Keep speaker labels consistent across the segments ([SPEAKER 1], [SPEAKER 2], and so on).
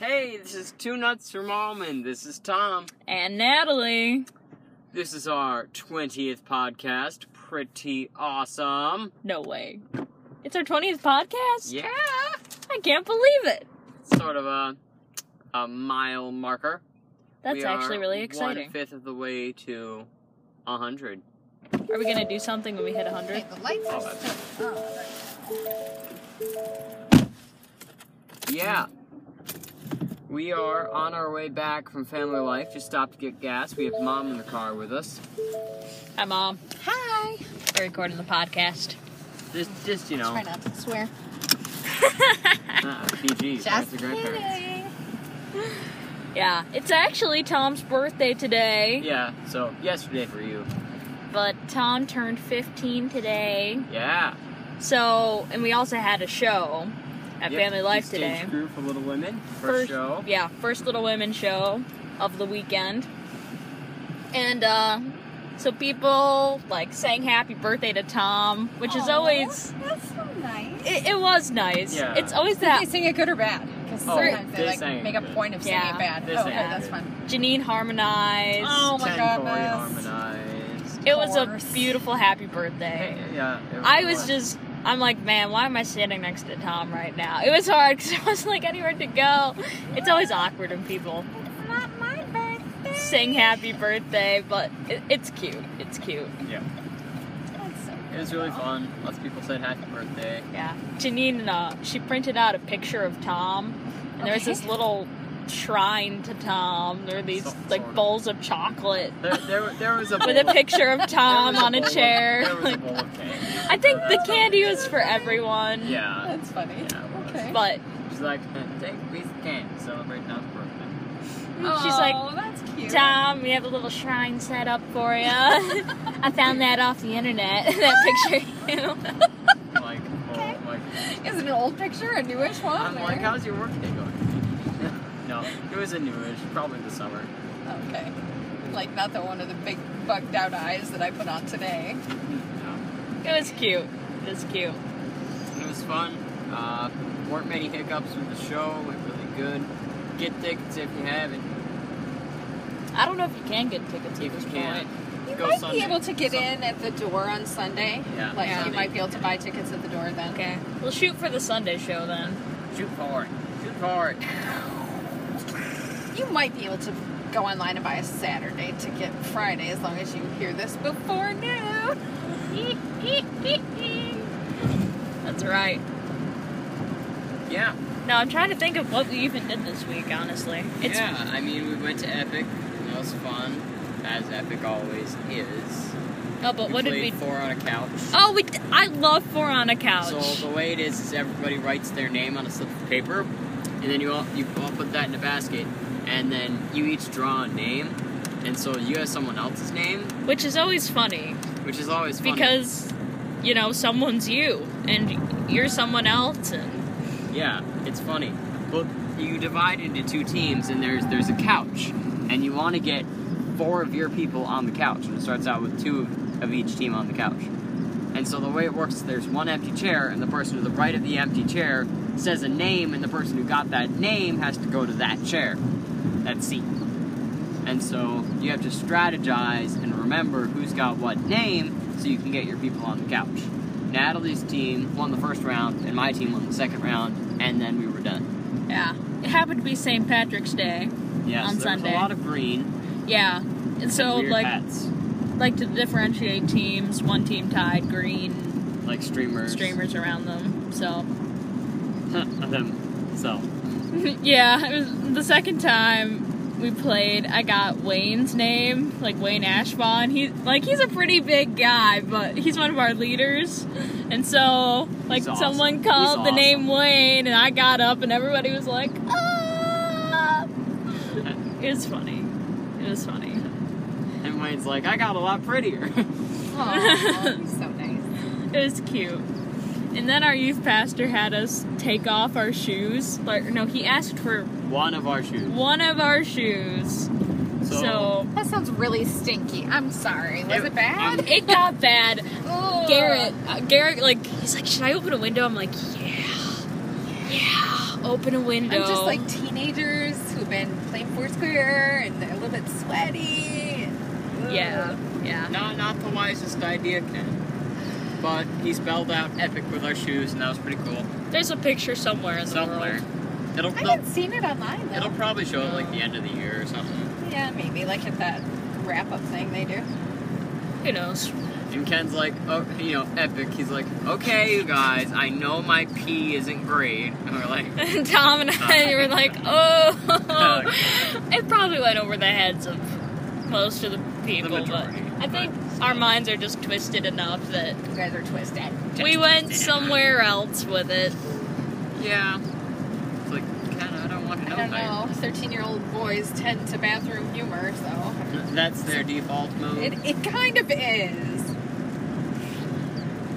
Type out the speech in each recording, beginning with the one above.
[SPEAKER 1] this is Two Nuts from Almond. This is Tom.
[SPEAKER 2] And Natalie.
[SPEAKER 1] This is our 20th podcast. Pretty awesome.
[SPEAKER 2] No way. It's our 20th podcast?
[SPEAKER 1] Yeah.
[SPEAKER 2] I can't believe it.
[SPEAKER 1] Sort of a a mile marker.
[SPEAKER 2] That's
[SPEAKER 1] We
[SPEAKER 2] actually
[SPEAKER 1] are
[SPEAKER 2] really exciting.
[SPEAKER 1] One fifth of the way to a 100.
[SPEAKER 2] Are we going to do something when we hit 100?
[SPEAKER 3] the lights
[SPEAKER 1] Oh,
[SPEAKER 3] are
[SPEAKER 1] that's-
[SPEAKER 3] still on.
[SPEAKER 1] Yeah. We are on our way back from family life. Just stopped to get gas. We have mom in the car with us.
[SPEAKER 2] Hi, Mom.
[SPEAKER 3] Hi.
[SPEAKER 2] We're recording the podcast.
[SPEAKER 1] Just, just you know,
[SPEAKER 3] Try not to swear.
[SPEAKER 1] uh, PG. That's
[SPEAKER 3] Just
[SPEAKER 1] the grandparents.
[SPEAKER 3] kidding.
[SPEAKER 2] Yeah, it's actually Tom's birthday today,
[SPEAKER 1] Yeah. So yesterday for you.
[SPEAKER 2] but Tom turned 15 today.
[SPEAKER 1] Yeah.
[SPEAKER 2] So, and we also had a show at
[SPEAKER 1] Yep,
[SPEAKER 2] Family Life
[SPEAKER 1] East
[SPEAKER 2] today.
[SPEAKER 1] Stage crew for Little Women. First, show.
[SPEAKER 2] Yeah, first Little Women show of the weekend. And uh so people like sang happy birthday to Tom, which is
[SPEAKER 3] Aw,
[SPEAKER 2] always
[SPEAKER 3] Oh, That's so nice.
[SPEAKER 2] it, it was nice.
[SPEAKER 1] Yeah.
[SPEAKER 2] It's always
[SPEAKER 3] Did
[SPEAKER 2] that
[SPEAKER 3] they sing it good or bad? Because
[SPEAKER 1] Oh,
[SPEAKER 3] sometimes
[SPEAKER 1] they
[SPEAKER 3] they, like
[SPEAKER 1] sang it
[SPEAKER 3] make a
[SPEAKER 1] good.
[SPEAKER 3] point of singing
[SPEAKER 2] Yeah,
[SPEAKER 3] it bad.
[SPEAKER 1] they
[SPEAKER 3] oh,
[SPEAKER 1] sang
[SPEAKER 3] okay,
[SPEAKER 1] it
[SPEAKER 3] that's
[SPEAKER 1] good.
[SPEAKER 3] fun.
[SPEAKER 2] Janine harmonized.
[SPEAKER 3] Oh my
[SPEAKER 1] Ten Corey
[SPEAKER 3] goodness.
[SPEAKER 1] harmonized.
[SPEAKER 2] it was a
[SPEAKER 3] course.
[SPEAKER 2] beautiful happy birthday.
[SPEAKER 1] Yeah. it
[SPEAKER 2] I was
[SPEAKER 1] fun.
[SPEAKER 2] just I'm like, man, why am I standing next to Tom right now? It was hard because I wasn't like anywhere to go. It's always awkward when people
[SPEAKER 3] It's not my birthday.
[SPEAKER 2] sing happy birthday, but it, it's cute. It's cute.
[SPEAKER 1] Yeah.
[SPEAKER 3] That's so
[SPEAKER 1] It was really fun. Lots of people said happy birthday.
[SPEAKER 2] Yeah. Janine, uh, she printed out a picture of Tom, and there was this
[SPEAKER 3] Okay.
[SPEAKER 2] little shrine to Tom. There were these
[SPEAKER 1] So-
[SPEAKER 2] like
[SPEAKER 1] sort of.
[SPEAKER 2] bowls of chocolate
[SPEAKER 1] There, there, there was a bowl
[SPEAKER 2] with a
[SPEAKER 1] of-
[SPEAKER 2] picture of
[SPEAKER 1] there
[SPEAKER 2] Tom
[SPEAKER 1] was
[SPEAKER 2] on a
[SPEAKER 1] bowl of-
[SPEAKER 2] chair.
[SPEAKER 1] there was a
[SPEAKER 2] Like,
[SPEAKER 1] bowl of candy.
[SPEAKER 2] I think the candy was for everyone.
[SPEAKER 1] Yeah.
[SPEAKER 3] That's funny.
[SPEAKER 1] Yeah.
[SPEAKER 3] Okay.
[SPEAKER 2] But
[SPEAKER 1] She's like, "Uh, take a piece of candy, celebrate Tom's birthday.
[SPEAKER 2] she's like,
[SPEAKER 3] oh, that's cute.
[SPEAKER 2] Tom, we have a little shrine set up for you. I found that off the internet. that picture of you.
[SPEAKER 1] I'm Like, oh,
[SPEAKER 3] Okay.
[SPEAKER 1] like,
[SPEAKER 3] Is it an old picture, a newish one?
[SPEAKER 1] I'm
[SPEAKER 3] or-
[SPEAKER 1] like, uh, how's your work day going? no, it was a newish, probably the summer.
[SPEAKER 3] Okay. Like not the one of the big bugged out eyes that I put on today.
[SPEAKER 1] No.
[SPEAKER 2] It was cute. It was cute.
[SPEAKER 1] It was fun. Uh, weren't many hiccups with the show. Went really good. Get tickets if you haven't.
[SPEAKER 2] I don't know if you can get tickets at
[SPEAKER 1] If
[SPEAKER 2] this
[SPEAKER 1] you can,
[SPEAKER 2] point.
[SPEAKER 3] You
[SPEAKER 1] go
[SPEAKER 3] might
[SPEAKER 1] Sunday.
[SPEAKER 3] be able to get
[SPEAKER 1] Sunday.
[SPEAKER 3] in at the door on Sunday.
[SPEAKER 1] Yeah,
[SPEAKER 3] Like
[SPEAKER 2] Sunday.
[SPEAKER 3] you might be able to buy tickets at the door then.
[SPEAKER 2] Okay. We'll shoot for the Sunday show then.
[SPEAKER 1] Shoot for it. Shoot for it.
[SPEAKER 3] You might be able to go online and buy a Saturday ticket Friday as long as you hear this before noon.
[SPEAKER 2] That's right.
[SPEAKER 1] Yeah.
[SPEAKER 2] No, I'm trying to think of what we even did this week, honestly. It's
[SPEAKER 1] yeah. I mean, we went to Epic. That was fun, as Epic always is.
[SPEAKER 2] Oh, but
[SPEAKER 1] we
[SPEAKER 2] what did
[SPEAKER 1] played
[SPEAKER 2] we
[SPEAKER 1] Four on a couch.
[SPEAKER 2] Oh, we d- I love four on a couch.
[SPEAKER 1] So the way it is is everybody writes their name on a slip of paper, and then you all you all put that in a basket, and then you each draw a name, and so you have someone else's name,
[SPEAKER 2] Which is always funny
[SPEAKER 1] which is always fun.
[SPEAKER 2] because you know, someone's you and you're someone else and
[SPEAKER 1] Yeah, it's funny. Well, you divide into two teams, and there's there's a couch, and you want to get four of your people on the couch, and it starts out with two of, of each team on the couch. And so the way it works, is there's one empty chair, and the person to the right of the empty chair says a name, and the person who got that name has to go to that chair, that seat. And so you have to strategize and remember who's got what name so you can get your people on the couch. Natalie's team won the first round, and my team won the second round, and then we were done.
[SPEAKER 2] yeah. It happened to be St. Patrick's Day.
[SPEAKER 1] Yeah,
[SPEAKER 2] On
[SPEAKER 1] so there was
[SPEAKER 2] Sunday.
[SPEAKER 1] a lot of green.
[SPEAKER 2] Yeah. And so
[SPEAKER 1] weird
[SPEAKER 2] like
[SPEAKER 1] hats,
[SPEAKER 2] like to differentiate teams, one team tied green
[SPEAKER 1] like streamers.
[SPEAKER 2] streamers around them. So
[SPEAKER 1] Them. Um, So
[SPEAKER 2] yeah, it was the second time we played. I got Wayne's name, like Wayne Ashbon. He like he's a pretty big guy, but he's one of our leaders. And so like
[SPEAKER 1] He's awesome.
[SPEAKER 2] someone
[SPEAKER 1] He's
[SPEAKER 2] called the
[SPEAKER 1] awesome.
[SPEAKER 2] name Wayne, and I got up, and everybody was like, "Up!" it was funny. It was funny.
[SPEAKER 1] and Wayne's like, I got a lot prettier.
[SPEAKER 3] Oh, he's so nice.
[SPEAKER 2] It was cute. And then our youth pastor had us take off our shoes. Like no, he asked for
[SPEAKER 1] One of our shoes.
[SPEAKER 2] one of our shoes.
[SPEAKER 1] So,
[SPEAKER 2] so
[SPEAKER 3] That sounds really stinky. I'm sorry. Was
[SPEAKER 1] It-
[SPEAKER 3] it, bad?
[SPEAKER 2] it got bad.
[SPEAKER 3] Ugh.
[SPEAKER 2] Garrett, uh, Garrett, like he's like, should I open a window? I'm like, yeah. Yeah, open a window.
[SPEAKER 3] I'm just like teenagers who've been playing Foursquare and they're a little bit sweaty. Ugh.
[SPEAKER 2] yeah, yeah.
[SPEAKER 1] Not not the wisest idea, Ken. But he spelled out epic with our shoes, and that was pretty cool.
[SPEAKER 2] There's a picture somewhere in the
[SPEAKER 1] Somewhere.
[SPEAKER 2] world.
[SPEAKER 1] It'll
[SPEAKER 3] I
[SPEAKER 1] they'll-
[SPEAKER 3] haven't seen it online
[SPEAKER 1] it'll
[SPEAKER 3] though.
[SPEAKER 1] probably show up like the end of the year or something.
[SPEAKER 3] Yeah, maybe like at that wrap up thing they do.
[SPEAKER 2] Who knows?
[SPEAKER 1] And Ken's like, oh, you know, epic. He's like, okay, you guys, I know my P isn't great. And we're like,
[SPEAKER 2] And Tom and I were like, oh. it probably went over the heads of most of the people, but
[SPEAKER 1] majority,
[SPEAKER 2] I think our minds are just twisted enough that
[SPEAKER 3] You guys are twisted.
[SPEAKER 2] we went somewhere else with it.
[SPEAKER 1] yeah. It's like, Ken, I don't want to
[SPEAKER 3] I
[SPEAKER 1] know
[SPEAKER 3] don't
[SPEAKER 1] that.
[SPEAKER 3] know. Thirteen year old boys tend to bathroom humor, so
[SPEAKER 1] That's their default mode.
[SPEAKER 3] it, it kind of is.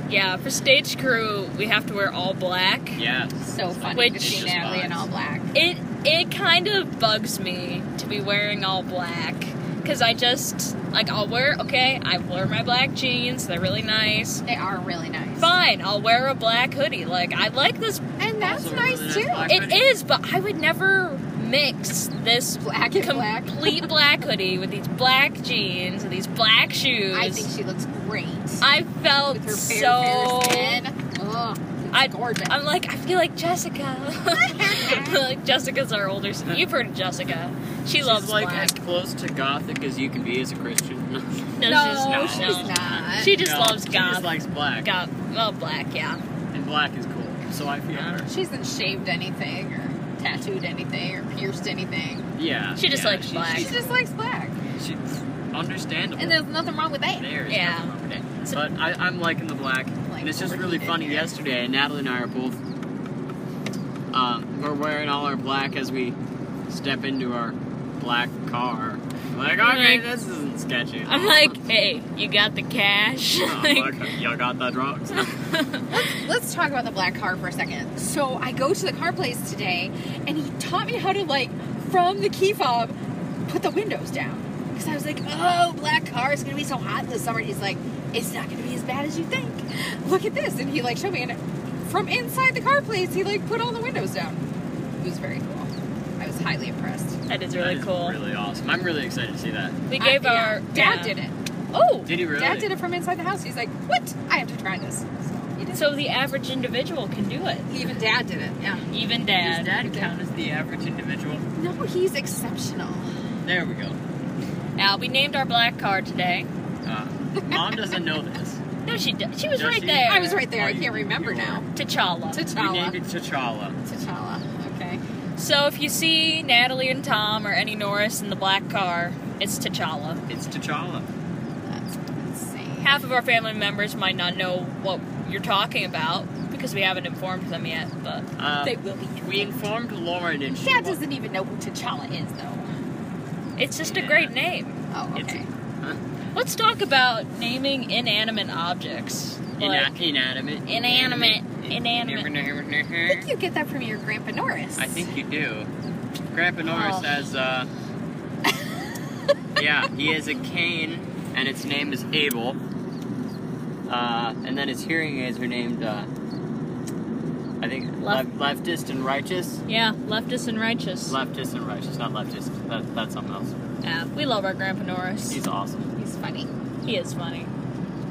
[SPEAKER 2] Yeah, for stage crew, we have to wear all black.
[SPEAKER 1] yeah.
[SPEAKER 3] So funny to
[SPEAKER 2] Which-
[SPEAKER 3] see Natalie in all black.
[SPEAKER 2] It it kind of bugs me to be wearing all black because I just like I'll wear okay, I wear my black jeans, they're really nice.
[SPEAKER 3] They are really nice.
[SPEAKER 2] Fine, I'll wear a black hoodie. Like I like this.
[SPEAKER 3] and that's
[SPEAKER 1] Also
[SPEAKER 3] nice
[SPEAKER 1] really nice
[SPEAKER 3] too.
[SPEAKER 1] black.
[SPEAKER 2] It is, but I would never mix this
[SPEAKER 3] Black and black.
[SPEAKER 2] complete black hoodie with these black jeans and these black shoes.
[SPEAKER 3] I think she looks great.
[SPEAKER 2] I felt
[SPEAKER 3] With her fair,
[SPEAKER 2] Oh, so.
[SPEAKER 3] fair skin. Ugh, it's
[SPEAKER 2] I-
[SPEAKER 3] gorgeous.
[SPEAKER 2] I'm like, I feel like Jessica. like Jessica's our older sister. You've heard of Jessica. She
[SPEAKER 1] She's
[SPEAKER 2] loves
[SPEAKER 1] like
[SPEAKER 2] black.
[SPEAKER 1] as close to gothic as you can be as a Christian.
[SPEAKER 2] No,
[SPEAKER 3] no,
[SPEAKER 2] she's,
[SPEAKER 1] she's
[SPEAKER 2] no.
[SPEAKER 3] not.
[SPEAKER 2] She just
[SPEAKER 1] No,
[SPEAKER 2] loves
[SPEAKER 1] She just
[SPEAKER 2] goth.
[SPEAKER 1] likes black.
[SPEAKER 2] goth. Well, black, yeah.
[SPEAKER 1] And black is cool. So I feel her.
[SPEAKER 3] She hasn't shaved anything or tattooed anything or pierced anything.
[SPEAKER 1] Yeah.
[SPEAKER 2] She just
[SPEAKER 1] yeah,
[SPEAKER 2] likes black.
[SPEAKER 3] She just likes black.
[SPEAKER 1] She's understandable.
[SPEAKER 3] And there's nothing wrong with that.
[SPEAKER 1] there is
[SPEAKER 2] Yeah.
[SPEAKER 1] nothing wrong with that. But I, I'm liking the black.
[SPEAKER 3] Like
[SPEAKER 1] and it's just really
[SPEAKER 3] overheated
[SPEAKER 1] funny.
[SPEAKER 3] here.
[SPEAKER 1] Yesterday, Natalie and I are both. Um, we're wearing all our black as we step into our black car. Like, okay,
[SPEAKER 2] Like-
[SPEAKER 1] this isn't sketchy.
[SPEAKER 2] I'm like, hey, you got the cash?
[SPEAKER 1] Oh,
[SPEAKER 2] Like,
[SPEAKER 1] okay, y'all got the drugs.
[SPEAKER 3] Let's talk about the black car for a second. So I go to the car place today and he taught me how to like from the key fob put the windows down. Because I was like, oh, black car is gonna be so hot this summer. And he's like, it's not gonna be as bad as you think. Look at this. And he like showed me and from inside the car place he like put all the windows down. It was very cool. I was highly impressed.
[SPEAKER 2] that is
[SPEAKER 1] That
[SPEAKER 2] really
[SPEAKER 1] is
[SPEAKER 2] cool.
[SPEAKER 1] Really awesome. I'm really excited to see that.
[SPEAKER 2] we gave
[SPEAKER 3] I- yeah,
[SPEAKER 2] our
[SPEAKER 3] dad
[SPEAKER 2] yeah.
[SPEAKER 3] did it.
[SPEAKER 2] Oh,
[SPEAKER 1] Did he really?
[SPEAKER 3] Dad did it from inside the house. He's like, what? I have to try this. So he did.
[SPEAKER 2] so the average individual can do it.
[SPEAKER 3] even dad did it. Yeah.
[SPEAKER 2] Even
[SPEAKER 1] Does
[SPEAKER 2] dad.
[SPEAKER 1] that count as the average individual?
[SPEAKER 3] No, he's exceptional.
[SPEAKER 1] There we go.
[SPEAKER 2] Now we named our black car today.
[SPEAKER 1] Uh, Mom doesn't know this.
[SPEAKER 2] No, she did. She was
[SPEAKER 1] Does
[SPEAKER 2] right
[SPEAKER 1] she?
[SPEAKER 2] there.
[SPEAKER 3] I was right there.
[SPEAKER 1] Are
[SPEAKER 3] I
[SPEAKER 1] you-
[SPEAKER 3] can't remember
[SPEAKER 1] you are.
[SPEAKER 3] now.
[SPEAKER 2] T'Challa.
[SPEAKER 1] We named
[SPEAKER 3] T'Challa.
[SPEAKER 1] it T'Challa.
[SPEAKER 3] T'Challa. Okay.
[SPEAKER 2] so if you see Natalie and Tom or any Norris in the black car, it's T'Challa.
[SPEAKER 1] It's T'Challa.
[SPEAKER 3] That's insane.
[SPEAKER 2] half of our family members might not know what you're talking about because we haven't informed them yet. But
[SPEAKER 1] Uh,
[SPEAKER 3] They will be.
[SPEAKER 1] we informed Lauren and she.
[SPEAKER 3] Dad
[SPEAKER 1] wa-
[SPEAKER 3] doesn't even know who T'Challa is, though.
[SPEAKER 2] it's just a
[SPEAKER 1] Yeah.
[SPEAKER 2] great name.
[SPEAKER 3] Oh,
[SPEAKER 1] It's-
[SPEAKER 3] okay.
[SPEAKER 1] Huh?
[SPEAKER 2] Let's talk about naming inanimate objects. Like,
[SPEAKER 1] Ina- inanimate.
[SPEAKER 2] Inanimate.
[SPEAKER 3] I think
[SPEAKER 1] Inanimate.
[SPEAKER 3] you get that from your Grandpa Norris.
[SPEAKER 1] I think you do. Grandpa Norris
[SPEAKER 2] Oh.
[SPEAKER 1] has. Uh, yeah, he has a cane, and its name is Abel. Uh, and then his hearing aids are named. Uh, I think
[SPEAKER 2] Left-
[SPEAKER 1] left. leftist and righteous.
[SPEAKER 2] yeah, leftist and righteous.
[SPEAKER 1] Leftist and righteous, not leftist. That, that's something else.
[SPEAKER 2] Yeah, we love our Grandpa Norris.
[SPEAKER 1] He's awesome.
[SPEAKER 3] he's funny.
[SPEAKER 2] he is funny.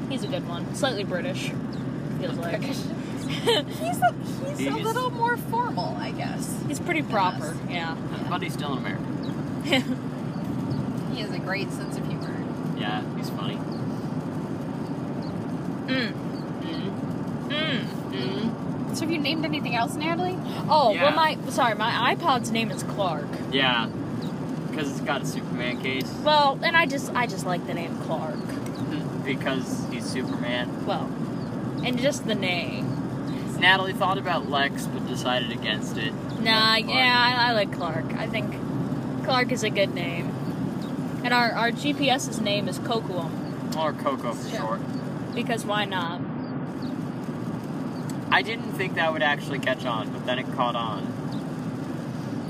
[SPEAKER 2] He's a good one. Slightly British. Feels like.
[SPEAKER 3] He's a, he's, a
[SPEAKER 1] He's-
[SPEAKER 3] little more formal, I guess.
[SPEAKER 2] He's pretty proper. Yeah.
[SPEAKER 1] But he's still an American. Mm,
[SPEAKER 3] He has a great sense of humor.
[SPEAKER 1] Yeah, he's funny.
[SPEAKER 2] mm. Mm.
[SPEAKER 1] Mm-hmm.
[SPEAKER 3] So, have you named anything else, Natalie?
[SPEAKER 2] Oh
[SPEAKER 1] Yeah.
[SPEAKER 2] well, my sorry, my iPod's name is Clark.
[SPEAKER 1] Yeah, because it's got a Superman case.
[SPEAKER 2] Well, and I just I just like the name Clark.
[SPEAKER 1] Because he's Superman.
[SPEAKER 2] Well, and just the name.
[SPEAKER 1] Natalie thought about Lex but decided against it.
[SPEAKER 2] Nah,
[SPEAKER 1] Clark.
[SPEAKER 2] yeah, I, I like Clark. I think Clark is a good name. And our, our GPS's name is Cocoam,
[SPEAKER 1] Or Coco for
[SPEAKER 3] Sure.
[SPEAKER 1] short.
[SPEAKER 2] because why not?
[SPEAKER 1] I didn't think that would actually catch on, but then it caught on.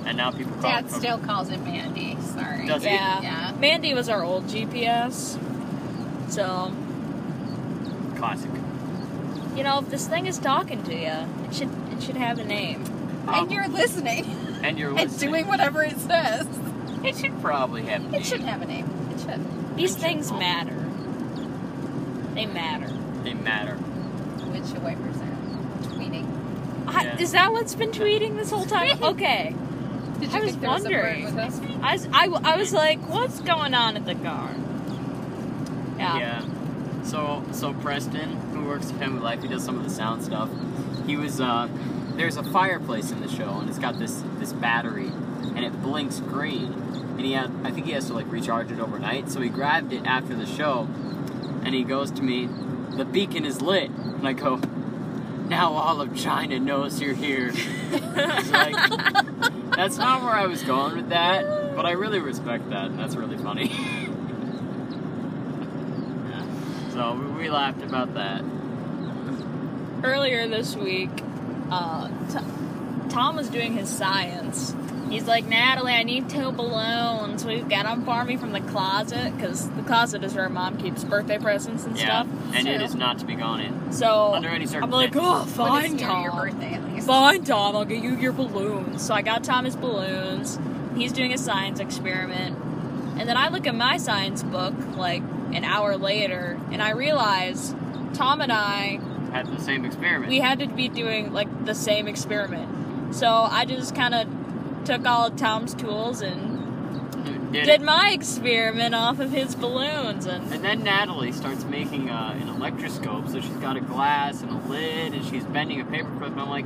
[SPEAKER 1] And now people call it
[SPEAKER 3] Dad
[SPEAKER 1] Coco.
[SPEAKER 3] still calls him Mandy. Sorry.
[SPEAKER 1] Does he?
[SPEAKER 2] Yeah.
[SPEAKER 3] Yeah.
[SPEAKER 2] Mandy was our old GPS. So,
[SPEAKER 1] Classic.
[SPEAKER 2] you know, if this thing is talking to you, it should it should have a name.
[SPEAKER 3] and you're listening
[SPEAKER 1] and you're
[SPEAKER 3] and
[SPEAKER 1] listening.
[SPEAKER 3] doing whatever it says.
[SPEAKER 1] It should probably have. a
[SPEAKER 3] It should
[SPEAKER 1] name.
[SPEAKER 3] have a name. It should.
[SPEAKER 2] These
[SPEAKER 1] Ancient
[SPEAKER 2] things
[SPEAKER 1] Rome.
[SPEAKER 2] matter. They matter.
[SPEAKER 1] They matter.
[SPEAKER 3] Windshield wipers are tweeting.
[SPEAKER 2] I-
[SPEAKER 1] Yeah.
[SPEAKER 2] is that what's been tweeting this whole time? Okay.
[SPEAKER 3] Did
[SPEAKER 2] I was
[SPEAKER 3] think there a bird
[SPEAKER 2] wondering.
[SPEAKER 3] with us?
[SPEAKER 2] I was, I, w- I was like, what's going on at the garden? Yeah.
[SPEAKER 1] So so Preston, who works at Family Life, he does some of the sound stuff. He was uh, there's a fireplace in the show, and it's got this this battery, and it blinks green. And he had I think he has to like recharge it overnight. So he grabbed it after the show, and he goes to me, the beacon is lit, and I go. Now all of China knows you're here. It's like, that's not where I was going with that, but I really respect that, and that's really funny. So we- we laughed about that.
[SPEAKER 2] Earlier this week, uh, T- Tom was doing his science. He's like, Natalie, I need two balloons. We've got them for me from the closet because the closet is where mom keeps birthday presents and
[SPEAKER 1] Yeah,
[SPEAKER 2] stuff.
[SPEAKER 1] and it
[SPEAKER 2] So-
[SPEAKER 1] is not to be gone in.
[SPEAKER 2] So
[SPEAKER 1] Under any
[SPEAKER 2] I'm like, oh,
[SPEAKER 1] circumstances.
[SPEAKER 3] When it's
[SPEAKER 2] fine,
[SPEAKER 3] near your
[SPEAKER 2] Tom.
[SPEAKER 3] birthday, at least.
[SPEAKER 2] Fine, Tom, I'll get you your balloons. So I got Tom his balloons. He's doing a science experiment. And then I look at my science book like an hour later and I realize Tom and I,
[SPEAKER 1] Had the same experiment.
[SPEAKER 2] we had to be doing like the same experiment. So I just kind of took all of Tom's tools and
[SPEAKER 1] Did
[SPEAKER 2] did,
[SPEAKER 1] it.
[SPEAKER 2] my experiment off of his balloons. And
[SPEAKER 1] And then Natalie starts making uh, an electroscope, so she's got a glass and a lid, and she's bending a paperclip. And I'm like,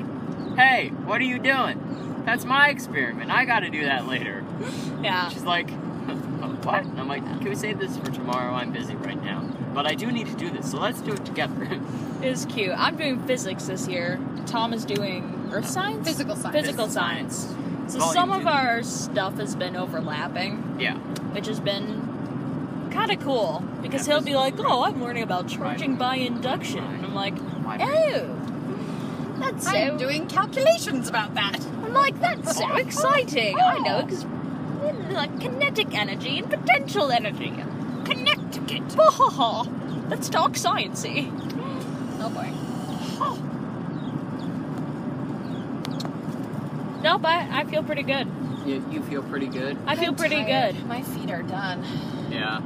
[SPEAKER 1] "Hey, what are you doing? That's my experiment. I got to do that later."
[SPEAKER 2] yeah,
[SPEAKER 1] She's like, "What?" And I'm like, "Can we save this for tomorrow? I'm busy right now, but I do need to do this, so let's do it together."
[SPEAKER 2] it was cute. I'm doing physics this year. Tom is doing earth science?
[SPEAKER 3] Physical science.
[SPEAKER 2] physical science. So
[SPEAKER 1] Volume
[SPEAKER 2] some of
[SPEAKER 1] two.
[SPEAKER 2] our stuff has been overlapping,
[SPEAKER 1] yeah.
[SPEAKER 2] which has been kind of cool because
[SPEAKER 1] Yeah,
[SPEAKER 2] he'll be
[SPEAKER 1] physical
[SPEAKER 2] like,
[SPEAKER 1] is great.
[SPEAKER 2] "Oh, I'm learning about charging by induction." And I'm like,
[SPEAKER 1] Why-
[SPEAKER 2] "Oh, that's
[SPEAKER 3] I'm
[SPEAKER 2] so."
[SPEAKER 3] doing calculations about that.
[SPEAKER 2] I'm like, "That's so
[SPEAKER 3] Oh,
[SPEAKER 2] exciting!"
[SPEAKER 3] oh,
[SPEAKER 2] I know because like kinetic energy and potential energy, Connecticut. Let's talk sciencey.
[SPEAKER 3] Oh boy.
[SPEAKER 2] Nope, I, I feel pretty good.
[SPEAKER 1] You, you feel pretty good.
[SPEAKER 2] I feel
[SPEAKER 3] I'm
[SPEAKER 2] pretty
[SPEAKER 3] tired.
[SPEAKER 2] good.
[SPEAKER 3] My feet are done.
[SPEAKER 1] Yeah.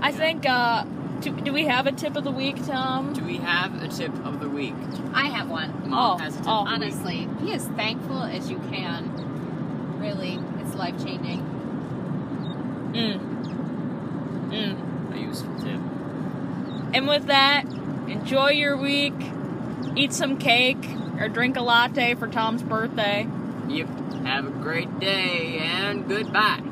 [SPEAKER 2] I think. uh do, do we have a tip of the week, Tom?
[SPEAKER 1] Do we have a tip of the week?
[SPEAKER 3] I have one.
[SPEAKER 1] Mom
[SPEAKER 2] Oh,
[SPEAKER 1] has a tip
[SPEAKER 2] oh.
[SPEAKER 1] of the week.
[SPEAKER 3] Honestly, be as thankful as you can. Really, it's life changing.
[SPEAKER 2] Mm. Mm.
[SPEAKER 1] a useful tip.
[SPEAKER 2] And with that, enjoy your week, eat some cake, or drink a latte for Tom's birthday.
[SPEAKER 1] Yep. Have a great day and goodbye.